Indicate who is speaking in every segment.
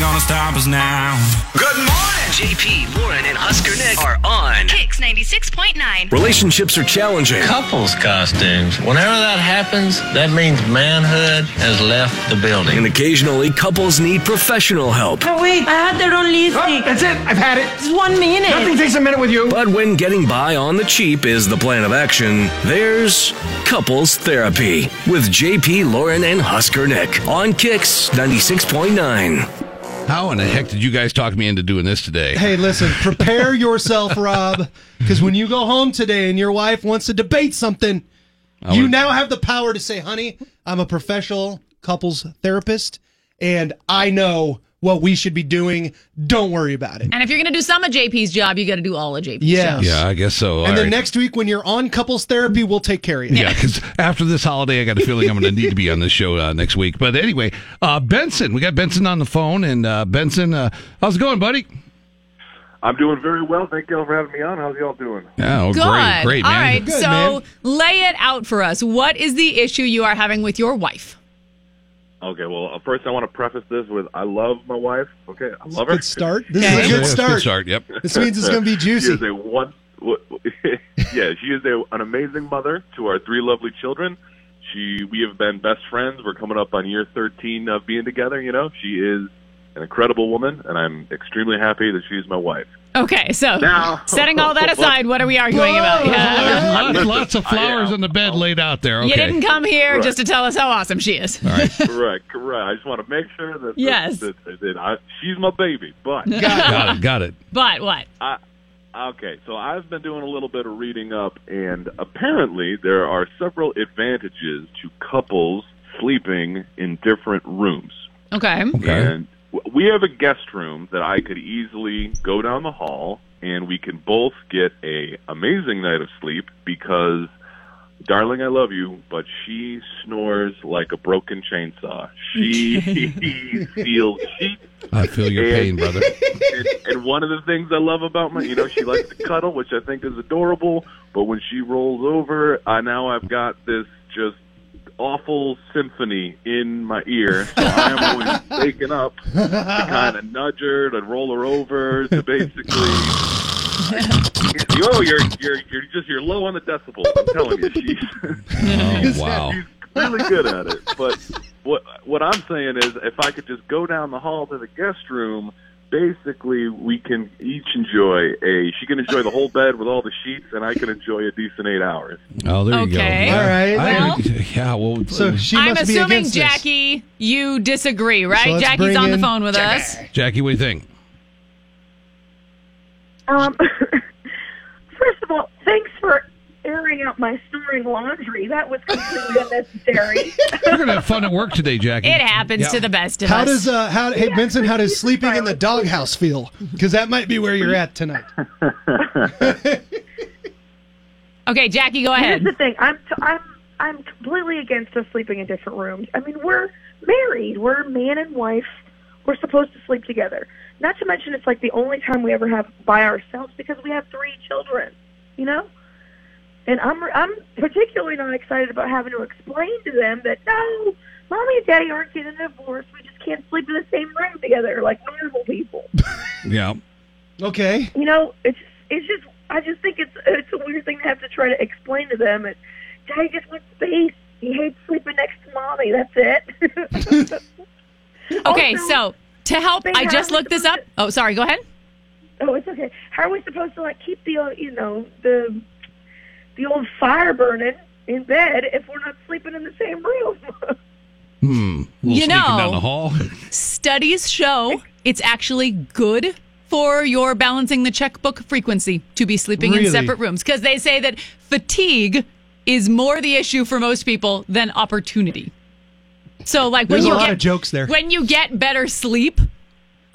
Speaker 1: gonna stop us now.
Speaker 2: Good morning.
Speaker 3: JP, Lauren, and Husker Nick are on.
Speaker 4: Kicks 96.9.
Speaker 2: Relationships are challenging.
Speaker 5: couples costumes. Whenever that happens, that means manhood has left the building.
Speaker 2: And occasionally, couples need professional help.
Speaker 6: No, wait. I had that only
Speaker 7: Oh,
Speaker 6: thing.
Speaker 7: that's it. I've had it.
Speaker 6: It's one minute.
Speaker 7: Nothing takes a minute with you.
Speaker 2: But when getting by on the cheap is the plan of action, there's couples therapy with JP, Lauren, and Husker Nick on Kicks 96.9.
Speaker 8: How in the heck did you guys talk me into doing this today?
Speaker 9: Hey, listen, prepare yourself, Rob, because when you go home today and your wife wants to debate something, you
Speaker 8: would-
Speaker 9: now have the power to say, honey, I'm a professional couples therapist and I know what we should be doing. Don't worry about it.
Speaker 10: And if you're going to do some of JP's job, you got to do all of JP's
Speaker 9: Yes.
Speaker 8: Yeah, I guess so. All
Speaker 9: And then
Speaker 8: right.
Speaker 9: next week, when you're on couples therapy, we'll take care of you.
Speaker 8: Yeah, because after this holiday, I got a feeling I'm going to need to be on this show uh, next week. But anyway, uh, Benson, we got Benson on the phone, and uh, Benson, uh, how's it going, buddy?
Speaker 11: I'm doing very well. Thank y'all for having me on. How's y'all doing?
Speaker 8: Oh,
Speaker 10: Good.
Speaker 8: great, great,
Speaker 10: All
Speaker 8: man.
Speaker 10: right.
Speaker 9: Good,
Speaker 10: so
Speaker 9: man.
Speaker 10: lay it out for us. What is the issue you are having with your wife?
Speaker 11: Okay, well, uh, first I want to preface this with I love my wife. Okay, I love her.
Speaker 9: Good start. This
Speaker 10: Okay.
Speaker 9: is a
Speaker 8: Yeah,
Speaker 9: good
Speaker 8: that's
Speaker 9: start.
Speaker 8: Good start. Yep.
Speaker 9: This means it's going to be
Speaker 11: She
Speaker 9: juicy.
Speaker 11: is a one. w- w- yeah, she is a, an amazing mother to our three lovely children. She, we have been best friends. We're coming up on year 13 of being together. You know, she is an incredible woman, and I'm extremely happy that she's my wife.
Speaker 10: Okay. So
Speaker 11: Now-
Speaker 10: setting all that aside, what are we arguing about? Yeah.
Speaker 11: I-
Speaker 8: Lots,
Speaker 11: listen,
Speaker 8: lots of
Speaker 11: I
Speaker 8: flowers
Speaker 11: am-
Speaker 8: on the bed laid out there. Okay.
Speaker 10: You didn't come here
Speaker 11: Right.
Speaker 10: just to tell us how awesome she is.
Speaker 11: correct, correct. I just want to make sure that
Speaker 10: Yes.
Speaker 11: that, that, that I, she's my baby. But
Speaker 8: Got it. Got it.
Speaker 10: But what?
Speaker 11: I, okay, so I've been doing a little bit of reading up, and apparently there are several advantages to couples sleeping in different rooms.
Speaker 10: Okay.
Speaker 11: And w- we have a guest room that I could easily go down the hall, and we can both get a amazing night of sleep because, darling, I love you, but she snores like a broken chainsaw. She feels she
Speaker 8: I feel your pain, brother.
Speaker 11: and, and one of the things I love about my, you know, she likes to cuddle, which I think is adorable. But when she rolls over, I now I've got this just awful symphony in my ear. So I'm always waking up to kind of nudge her, to roll her over, to basically. Yo, you're you're you're just you're low on the decibels. I'm telling you, she's
Speaker 8: Oh, wow.
Speaker 11: She's really good at it. But what what I'm saying is, if I could just go down the hall to the guest room, basically we can each enjoy a. She can enjoy the whole bed with all the sheets, and I can enjoy a decent eight hours.
Speaker 8: Oh, there you go.
Speaker 10: Okay.
Speaker 8: Yeah.
Speaker 9: All right.
Speaker 8: I-
Speaker 10: Well-
Speaker 8: yeah. Well.
Speaker 9: so she
Speaker 10: I'm
Speaker 9: must be
Speaker 10: assuming,
Speaker 9: against this.
Speaker 10: Jackie, you disagree,
Speaker 9: So
Speaker 10: right?
Speaker 9: let's
Speaker 10: Jackie's
Speaker 9: bring
Speaker 10: on the
Speaker 9: in
Speaker 10: phone with
Speaker 9: Jackie.
Speaker 10: us.
Speaker 8: Jackie, what do you think?
Speaker 6: Um, first of all, thanks for airing out my snoring laundry. That was completely unnecessary.
Speaker 8: We're gonna have fun at work today, Jackie.
Speaker 10: It happens
Speaker 8: Yeah.
Speaker 10: to the best of
Speaker 9: How
Speaker 10: us.
Speaker 9: does uh how hey Benson, how does sleeping in the doghouse feel? Because that might be where you're at tonight.
Speaker 10: okay, Jackie, go
Speaker 6: Here's
Speaker 10: ahead.
Speaker 6: the thing. I'm t- I'm I'm completely against us sleeping in different rooms. I mean, we're married. We're a man and wife. We're supposed to sleep together. Not to mention, it's like the only time we ever have by ourselves because we have three children. You know. And I'm I'm particularly not excited about having to explain to them that no, mommy and daddy aren't getting a divorce. We just can't sleep in the same room together like normal people.
Speaker 8: Yeah.
Speaker 9: Okay.
Speaker 6: you know, it's it's just I just think it's it's a weird thing to have to try to explain to them. And Daddy just wants space. He hates sleeping next to mommy. That's it.
Speaker 10: Okay,
Speaker 6: Also,
Speaker 10: so to help,
Speaker 6: they
Speaker 10: I just
Speaker 6: have-
Speaker 10: looked this up. Oh, sorry, go ahead.
Speaker 6: oh, it's okay. How are we supposed to like keep the uh, you know the the old fire burning in bed if we're not sleeping in the same room?
Speaker 8: A little
Speaker 10: You
Speaker 8: sneaking
Speaker 10: know-
Speaker 8: down the hall.
Speaker 10: Studies show it's actually good for your balancing the checkbook frequency to be sleeping in
Speaker 9: Really?
Speaker 10: separate rooms because they say that fatigue is more the issue for most people than opportunity. So, like when
Speaker 9: There's a
Speaker 10: you
Speaker 9: lot
Speaker 10: get
Speaker 9: of jokes there.
Speaker 10: when you get better sleep.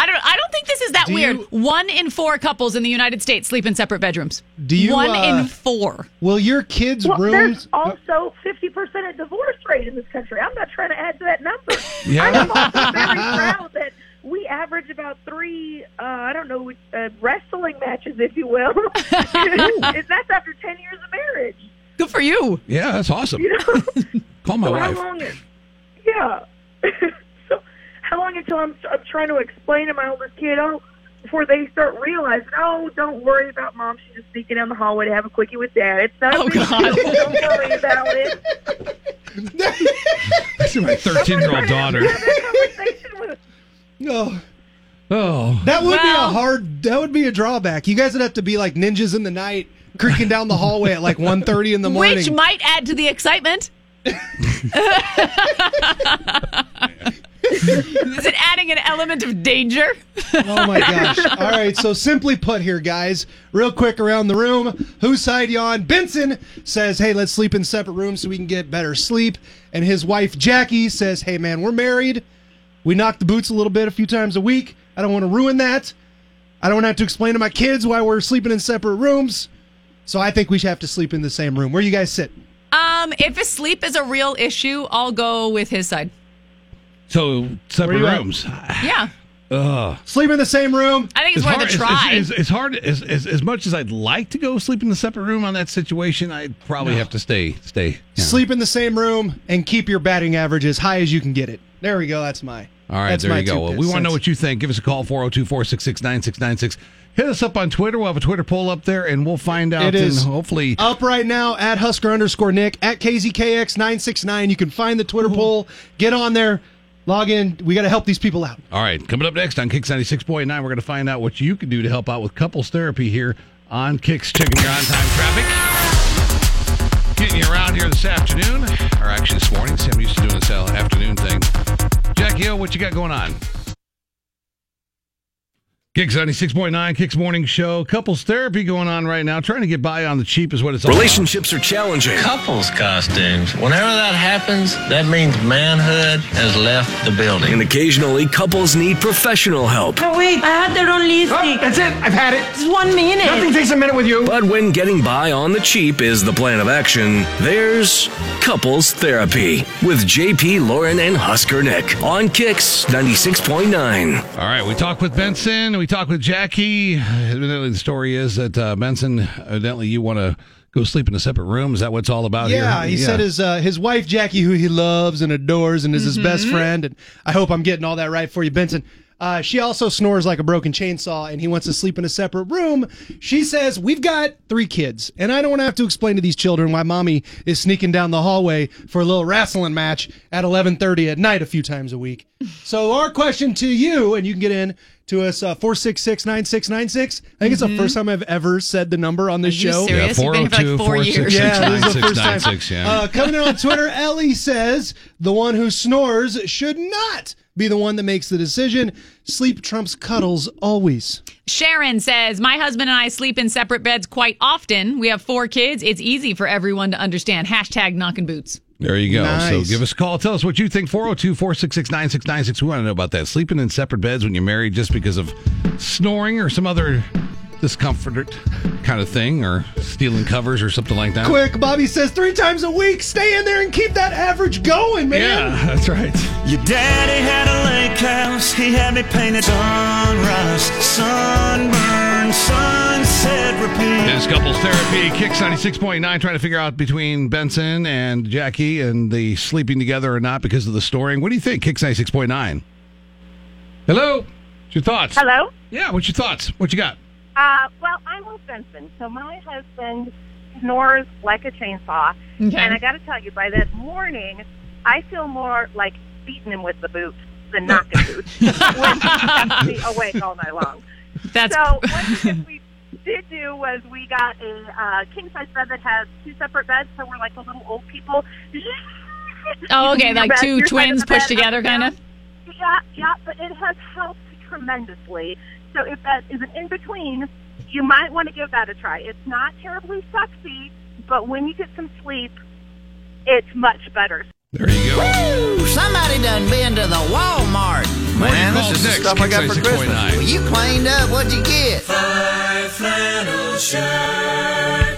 Speaker 10: I don't. I don't think this is that
Speaker 9: Do
Speaker 10: weird.
Speaker 9: you- uh,
Speaker 10: One in four couples in the United States sleep in separate bedrooms.
Speaker 9: Do you,
Speaker 10: One
Speaker 9: uh,
Speaker 10: in four.
Speaker 9: Will your kids'
Speaker 6: well,
Speaker 9: rooms Oh.
Speaker 6: there's also fifty percent of divorce rate in this country. I'm not trying to add to that number.
Speaker 8: Yeah.
Speaker 6: I'm also very proud that we average about three, uh, I don't know, uh, wrestling matches, if you will. and that's after ten years of marriage.
Speaker 10: Good for you.
Speaker 8: Yeah, that's awesome. Call my
Speaker 6: So how
Speaker 8: wife.
Speaker 6: long? Is, yeah. so How long until I'm, I'm trying to explain to my oldest kid, oh, before they start realizing, oh, don't worry about mom. She's just sneaking down the hallway to have a quickie with dad. It's not
Speaker 10: Oh,
Speaker 6: a big
Speaker 10: God.
Speaker 6: deal. Don't worry about it.
Speaker 8: This is my 13 year old daughter.
Speaker 6: Conversation with
Speaker 9: No.
Speaker 8: Oh,
Speaker 9: That would be
Speaker 10: Well-
Speaker 9: a hard. That would be a drawback. You guys would have to be like ninjas in the night, creaking down the hallway at like 1.30 in the morning.
Speaker 10: Which might add to the excitement. Is it adding an element of danger?
Speaker 9: oh my gosh! All right, so simply put, here, guys, real quick around the room, whose side you on? Benson says, "Hey, let's sleep in separate rooms so we can get better sleep," and his wife Jackie says, "Hey, man, we're married. We knock the boots a little bit a few times a week. I don't want to ruin that. I don't want to have to explain to my kids why we're sleeping in separate rooms. So I think we should have to sleep in the same room. Where you guys sit?"
Speaker 10: Um, if his sleep is a real issue, I'll go with his side.
Speaker 8: so separate
Speaker 9: you at?
Speaker 8: rooms.
Speaker 10: Yeah.
Speaker 9: Sleep in the same room.
Speaker 10: I think it's, worth a try.
Speaker 8: It's, it's- it's hard. As, as, as much as I'd like to go sleep in the separate room on that situation, I'd probably have to stay. Stay. Yeah.
Speaker 9: Sleep in the same room and keep your batting average as high as you can get it. There we go. That's my.
Speaker 8: All right,
Speaker 9: that's
Speaker 8: there
Speaker 9: my
Speaker 8: you go.
Speaker 9: two
Speaker 8: Well,
Speaker 9: pence.
Speaker 8: we want to know
Speaker 9: That's-
Speaker 8: what you think. Give us a call 402 466 9696. Hit us up on Twitter. We'll have a Twitter poll up there and we'll find out.
Speaker 9: It is.
Speaker 8: And hopefully,
Speaker 9: up right now at Husker underscore Nick at KZKX969. You can find the Twitter poll. Get on there, log in. We got to help these people out.
Speaker 8: All right, coming up next on Kicks 96.9, we're going to find out what you can do to help out with couples therapy here on Kicks. Checking your on time traffic. Getting you around here this afternoon, or actually this morning. Sam used to doing this afternoon thing. Jackie O, what you got going on? Kicks 96.9, Kicks Morning Show. Couples therapy going on right now. Trying to get by on the cheap is what it's all about.
Speaker 2: Relationships are challenging.
Speaker 5: Couples costumes. Whenever that happens, that means manhood has left the building.
Speaker 2: And occasionally, couples need professional help.
Speaker 1: No, wait, I had their own lipstick.
Speaker 7: Oh, That's it. I've had it.
Speaker 1: It's one minute.
Speaker 7: Nothing takes a minute with you.
Speaker 2: But when getting by on the cheap is the plan of action, there's couples therapy with JP Lauren and Husker Nick on Kicks 96.9.
Speaker 8: All right, we talked with Benson. We talked with Jackie. Evidently, the story is that uh, Benson, evidently, you want to go sleep in a separate room. Is that what it's all about?
Speaker 9: Yeah,
Speaker 8: here?
Speaker 9: he said his uh, his wife Jackie, who he loves and adores, and is his best friend. And I hope I'm getting all that right for you, Benson. Uh, she also snores like a broken chainsaw, and he wants to sleep in a separate room. She says, "We've got three kids, and I don't want to have to explain to these children why mommy is sneaking down the hallway for a little wrestling match at 11:30 at night a few times a week." so our question to you, and you can get in to us uh, 466-9696. I think it's the first time I've ever said the number on this
Speaker 10: you
Speaker 9: show.
Speaker 10: serious? You've been here for like four
Speaker 8: 402-466-9696,
Speaker 10: years.
Speaker 9: Yeah, this is the first time.
Speaker 8: yeah.
Speaker 9: Uh, coming in on Twitter, Ellie says the one who snores should not be the one that makes the decision. Sleep trumps cuddles always.
Speaker 10: Sharon says, My husband and I sleep in separate beds quite often. We have four kids. It's easy for everyone to understand. Hashtag knocking boots.
Speaker 8: there you go. So
Speaker 9: Nice.
Speaker 8: give us a call. Tell us what you think. 402 466 9696. We want to know about that. Sleeping in separate beds when you're married just because of snoring or some other discomfort kind of thing or stealing covers or something like that.
Speaker 9: Quick, Bobby says three times a week. Stay in there and keep that average going, man.
Speaker 8: Yeah, that's right.
Speaker 7: Your daddy had a lake house. He had me painted sunrise, sunburn, sunset, repeat.
Speaker 8: This couples therapy kicks 96.9 trying to figure out between Benson and Jackie and the sleeping together or not because of the snoring. What do you think? Kicks 96.9. Hello? What's your thoughts?
Speaker 1: Hello?
Speaker 8: Yeah, what's your thoughts? What you got?
Speaker 1: Uh, well, I'm Will Benson. So my husband snores like a chainsaw.
Speaker 10: Okay.
Speaker 1: And I got to tell you, by that morning, I feel more like beating him with the boot than knocking boot. when he kept me awake all night long.
Speaker 10: That's
Speaker 1: So what we did do was we got a uh, king size bed that has two separate beds, so we're like the little old people.
Speaker 10: Oh, okay,
Speaker 1: Your
Speaker 10: like
Speaker 1: bed-
Speaker 10: two
Speaker 1: your side
Speaker 10: twins
Speaker 1: of the bed
Speaker 10: pushed together,
Speaker 1: up and
Speaker 10: kind
Speaker 1: down.
Speaker 10: of.
Speaker 1: Yeah, yeah, but it has helped tremendously. So if that is an in between, you might want to give that a try. It's not terribly sexy, but when you get some sleep, it's much better.
Speaker 8: There you go.
Speaker 7: Somebody done been to the Walmart.
Speaker 8: Man, this is the stuff I got for Christmas.
Speaker 7: You cleaned up. What'd you get? Five flannel shirts.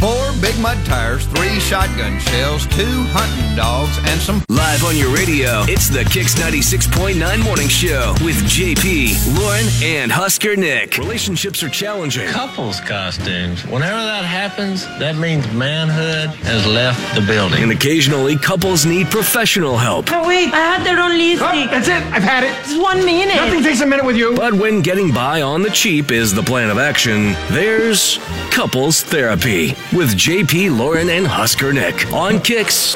Speaker 7: Four big
Speaker 12: mud tires, three shotgun shells, two hunting dogs, and some.
Speaker 2: Live on your radio, it's the Kix 96.9 Morning Show with JP, Lauren, and Husker Nick. Relationships are challenging.
Speaker 5: Couples costumes. Whenever that happens, that means manhood has left the building.
Speaker 2: And occasionally, couples need professional help.
Speaker 13: Oh, wait, I had the wrong lipstick.
Speaker 2: that's
Speaker 13: it, I've had it. It's one minute.
Speaker 2: Nothing
Speaker 13: takes a minute with you.
Speaker 14: But
Speaker 2: When getting by on the cheap is the plan of action, there's couples therapy with JP, Lauren, and Husker Nick on Kix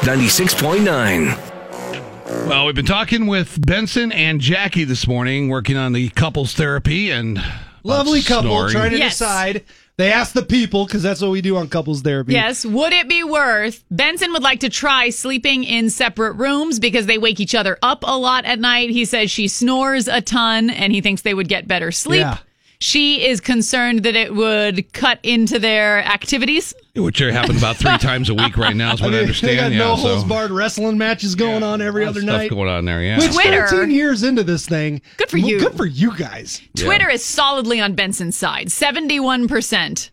Speaker 2: 96.9.
Speaker 8: Well, we've been talking with Benson and Jackie this morning, working on the couples therapy and
Speaker 9: Lovely couple
Speaker 8: snoring.
Speaker 9: trying to
Speaker 10: Yes.
Speaker 9: decide. They ask the people because that's what we do on couples therapy.
Speaker 10: Yes. Would it be worth? Benson would like to try sleeping in separate rooms because they wake each other up a lot at night. He says she snores a ton and he thinks they would get better sleep.
Speaker 8: Yeah.
Speaker 10: She is concerned that it would cut into their activities.
Speaker 8: which happens about three times a week right now, is
Speaker 9: I
Speaker 8: what I,
Speaker 9: mean, They got
Speaker 8: understand.
Speaker 9: no
Speaker 8: yeah,
Speaker 9: holes
Speaker 8: so
Speaker 9: barred wrestling matches going on every other
Speaker 8: stuff
Speaker 9: night.
Speaker 8: going on there. Yeah,
Speaker 9: Which
Speaker 10: Twitter-
Speaker 9: 13 years into this thing. Good
Speaker 10: for you.
Speaker 9: Good for you guys.
Speaker 10: Twitter is solidly on Benson's side. 71%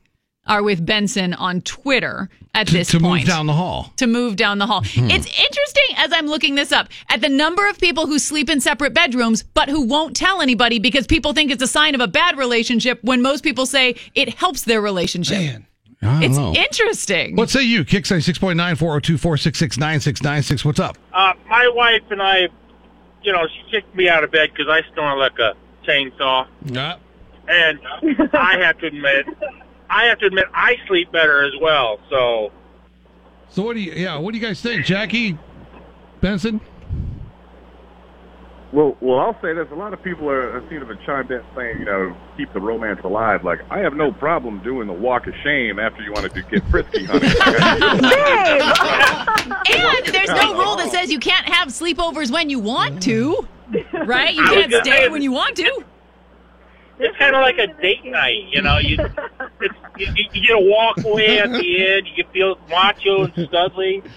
Speaker 10: are with Benson on Twitter at
Speaker 8: to,
Speaker 10: this
Speaker 8: to
Speaker 10: point.
Speaker 8: move down the hall.
Speaker 10: to move down the hall. It's interesting as I'm looking this up at the number of people who sleep in separate bedrooms but who won't tell anybody because people think it's a sign of a bad relationship when most people say it helps their relationship.
Speaker 8: I don't
Speaker 10: It's
Speaker 8: know.
Speaker 10: interesting.
Speaker 8: What say you? Kick 96.9 402 466 9696. What's up?
Speaker 15: Uh, my wife and I, you know, she kicked me out of bed because I snore like a chainsaw.
Speaker 8: Yeah.
Speaker 15: And I have to admit, I have to admit, I sleep better as well. So
Speaker 8: So what do you? Yeah, what do you guys think, Jackie, Benson?
Speaker 11: Well, well, I'll say this: a lot of people are seem to have chimed in saying, you know, keep the romance alive. Like, I have no problem doing the walk of shame after you want to do, get frisky, honey.
Speaker 10: and there's no rule that says you can't have sleepovers when you want to, right? You can't stay when you want to.
Speaker 15: it's kind of like a date night, you know. You, it's, you, you you get a walk away at the end. You feel macho and studly.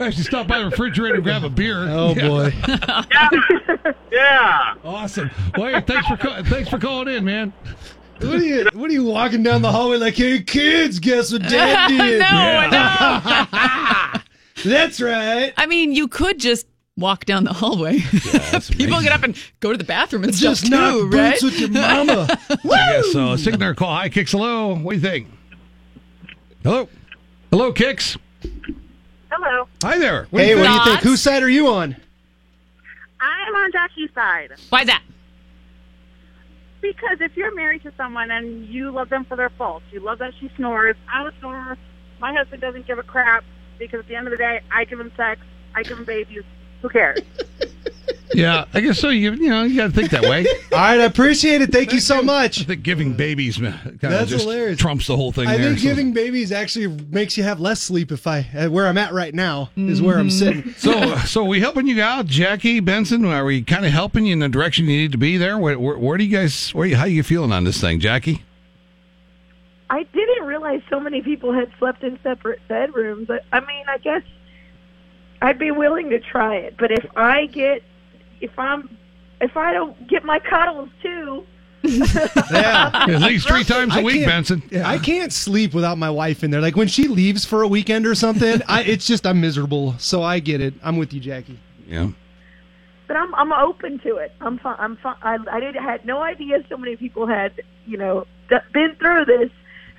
Speaker 8: I should stop by the refrigerator and grab a beer.
Speaker 9: Oh boy.
Speaker 15: Yeah.
Speaker 8: Awesome. Well, hey, thanks for ca- thanks for calling in, man.
Speaker 9: What are you? What are you walking down the hallway like? Hey, kids, guess what Dad
Speaker 10: No,
Speaker 9: did?
Speaker 10: That's right. I mean, you could just walk down the hallway. People get up and go to the bathroom and stuff
Speaker 9: Just knock
Speaker 10: too,
Speaker 9: boots
Speaker 10: right?
Speaker 9: with your mama.
Speaker 8: I guess uh, so. Signer call. Hi, Kicks. Hello. What do you think? Hello. Hello, Kicks.
Speaker 16: Hello.
Speaker 8: Hi there.
Speaker 9: Hey, what do you think?
Speaker 16: Thoughts?
Speaker 9: Whose side are you on?
Speaker 16: I'm on Jackie's side.
Speaker 10: Why that?
Speaker 16: Because if you're married to someone and you love them for their faults, you love that she snores, I'm a snorer, my husband doesn't give a crap because at the end of the day, I give him sex, I give him babies, who cares?
Speaker 8: Yeah, I guess so. You you know you got to think that way.
Speaker 9: All right, I appreciate it. Thank, you so much. I
Speaker 8: think giving babies man, kinda
Speaker 9: That's
Speaker 8: just
Speaker 9: hilarious.
Speaker 8: trumps the whole thing.
Speaker 9: I
Speaker 8: there,
Speaker 9: think
Speaker 8: so-
Speaker 9: giving babies actually makes you have less sleep. If I uh, where I'm at right now is where
Speaker 10: Mm-hmm.
Speaker 9: I'm sitting.
Speaker 8: So, so we helping you out, Jackie Benson? Are we kind of helping you in the direction you need to be there? Where, where, where do you guys? Where you, how you feeling on this thing, Jackie?
Speaker 6: I didn't realize so many people had slept in separate bedrooms. I, I mean, I guess I'd be willing to try it, but if I get if I'm if I don't get my cuddles too,
Speaker 9: Yeah,
Speaker 8: at least three times a week, Benson.
Speaker 9: I can't sleep without my wife in there. Like when she leaves for a weekend or something, I, it's just I'm miserable. So I get it. I'm with you, Jackie.
Speaker 8: Yeah.
Speaker 6: but I'm I'm open to it. I'm fine. I'm fine. I, I did had no idea so many people had you know d- been through this,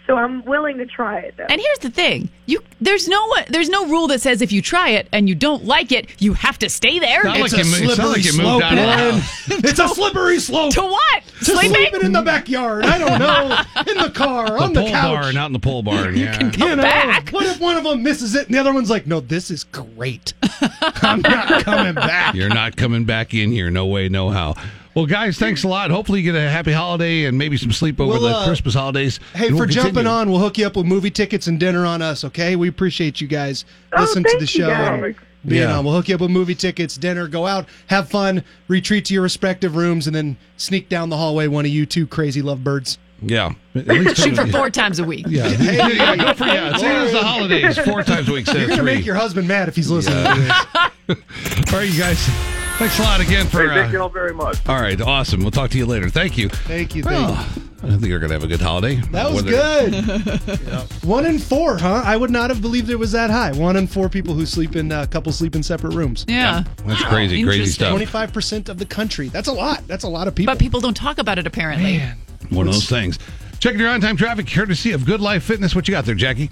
Speaker 6: so I'm willing to try it though.
Speaker 10: And here's the thing: you there's no there's no rule that says if you try it and you don't like it, you have to stay there.
Speaker 8: Not It's like a you mo- it's not slippery like you moved slope, out of the Lauren. house.
Speaker 9: It's a slippery slope.
Speaker 10: To what?
Speaker 9: To
Speaker 10: Sleeping?
Speaker 9: sleeping in the backyard. I don't know. In the car, on the
Speaker 8: pole
Speaker 9: couch.
Speaker 8: barn, out in the pole barn. Yeah.
Speaker 9: know, What if one of them misses it and the other one's like, no, this is great. I'm not coming back.
Speaker 8: You're not coming back in here. No way, no how. Well, guys, thanks a lot. Hopefully, you get a happy holiday and maybe some sleep over
Speaker 9: Well,
Speaker 8: the
Speaker 9: uh,
Speaker 8: Christmas holidays.
Speaker 9: Hey,
Speaker 8: And
Speaker 9: for
Speaker 8: we'll continue.
Speaker 9: jumping on, we'll hook you up with movie tickets and dinner on us, okay? We appreciate you guys
Speaker 6: Oh,
Speaker 9: listening to
Speaker 6: thank
Speaker 9: the
Speaker 6: you
Speaker 9: show.
Speaker 6: guys.
Speaker 9: and Being
Speaker 8: Yeah.
Speaker 9: on. We'll hook you up with movie tickets, dinner, go out, have fun, retreat to your respective rooms, and then sneak down the hallway, one of you two crazy lovebirds.
Speaker 8: Yeah. At least
Speaker 10: Shoot for four times a week.
Speaker 8: Yeah. Yeah, yeah, go for- yeah, same as the holidays, four times a week instead
Speaker 9: You're
Speaker 8: of
Speaker 9: gonna
Speaker 8: three.
Speaker 9: make your husband mad if he's listening to this.
Speaker 8: All right, you guys. Thanks a lot again for.
Speaker 11: Hey, thank
Speaker 8: uh,
Speaker 11: you all very much.
Speaker 8: all right, awesome. We'll talk to you later. Thank you.
Speaker 9: Thank you. Thank
Speaker 8: Well,
Speaker 9: you.
Speaker 8: I think you're going to have a good holiday.
Speaker 9: That was
Speaker 8: Whether-
Speaker 9: good. One in four, huh? I would not have believed it was that high. One in four people who sleep in uh, couples sleep in separate rooms.
Speaker 10: Yeah.
Speaker 8: That's crazy, crazy stuff.
Speaker 9: Twenty-five percent of the country. That's a lot. That's a lot of people.
Speaker 10: But people don't talk about it apparently.
Speaker 8: One of those things. Checking your on time traffic courtesy of Good Life Fitness. What you got there, Jackie?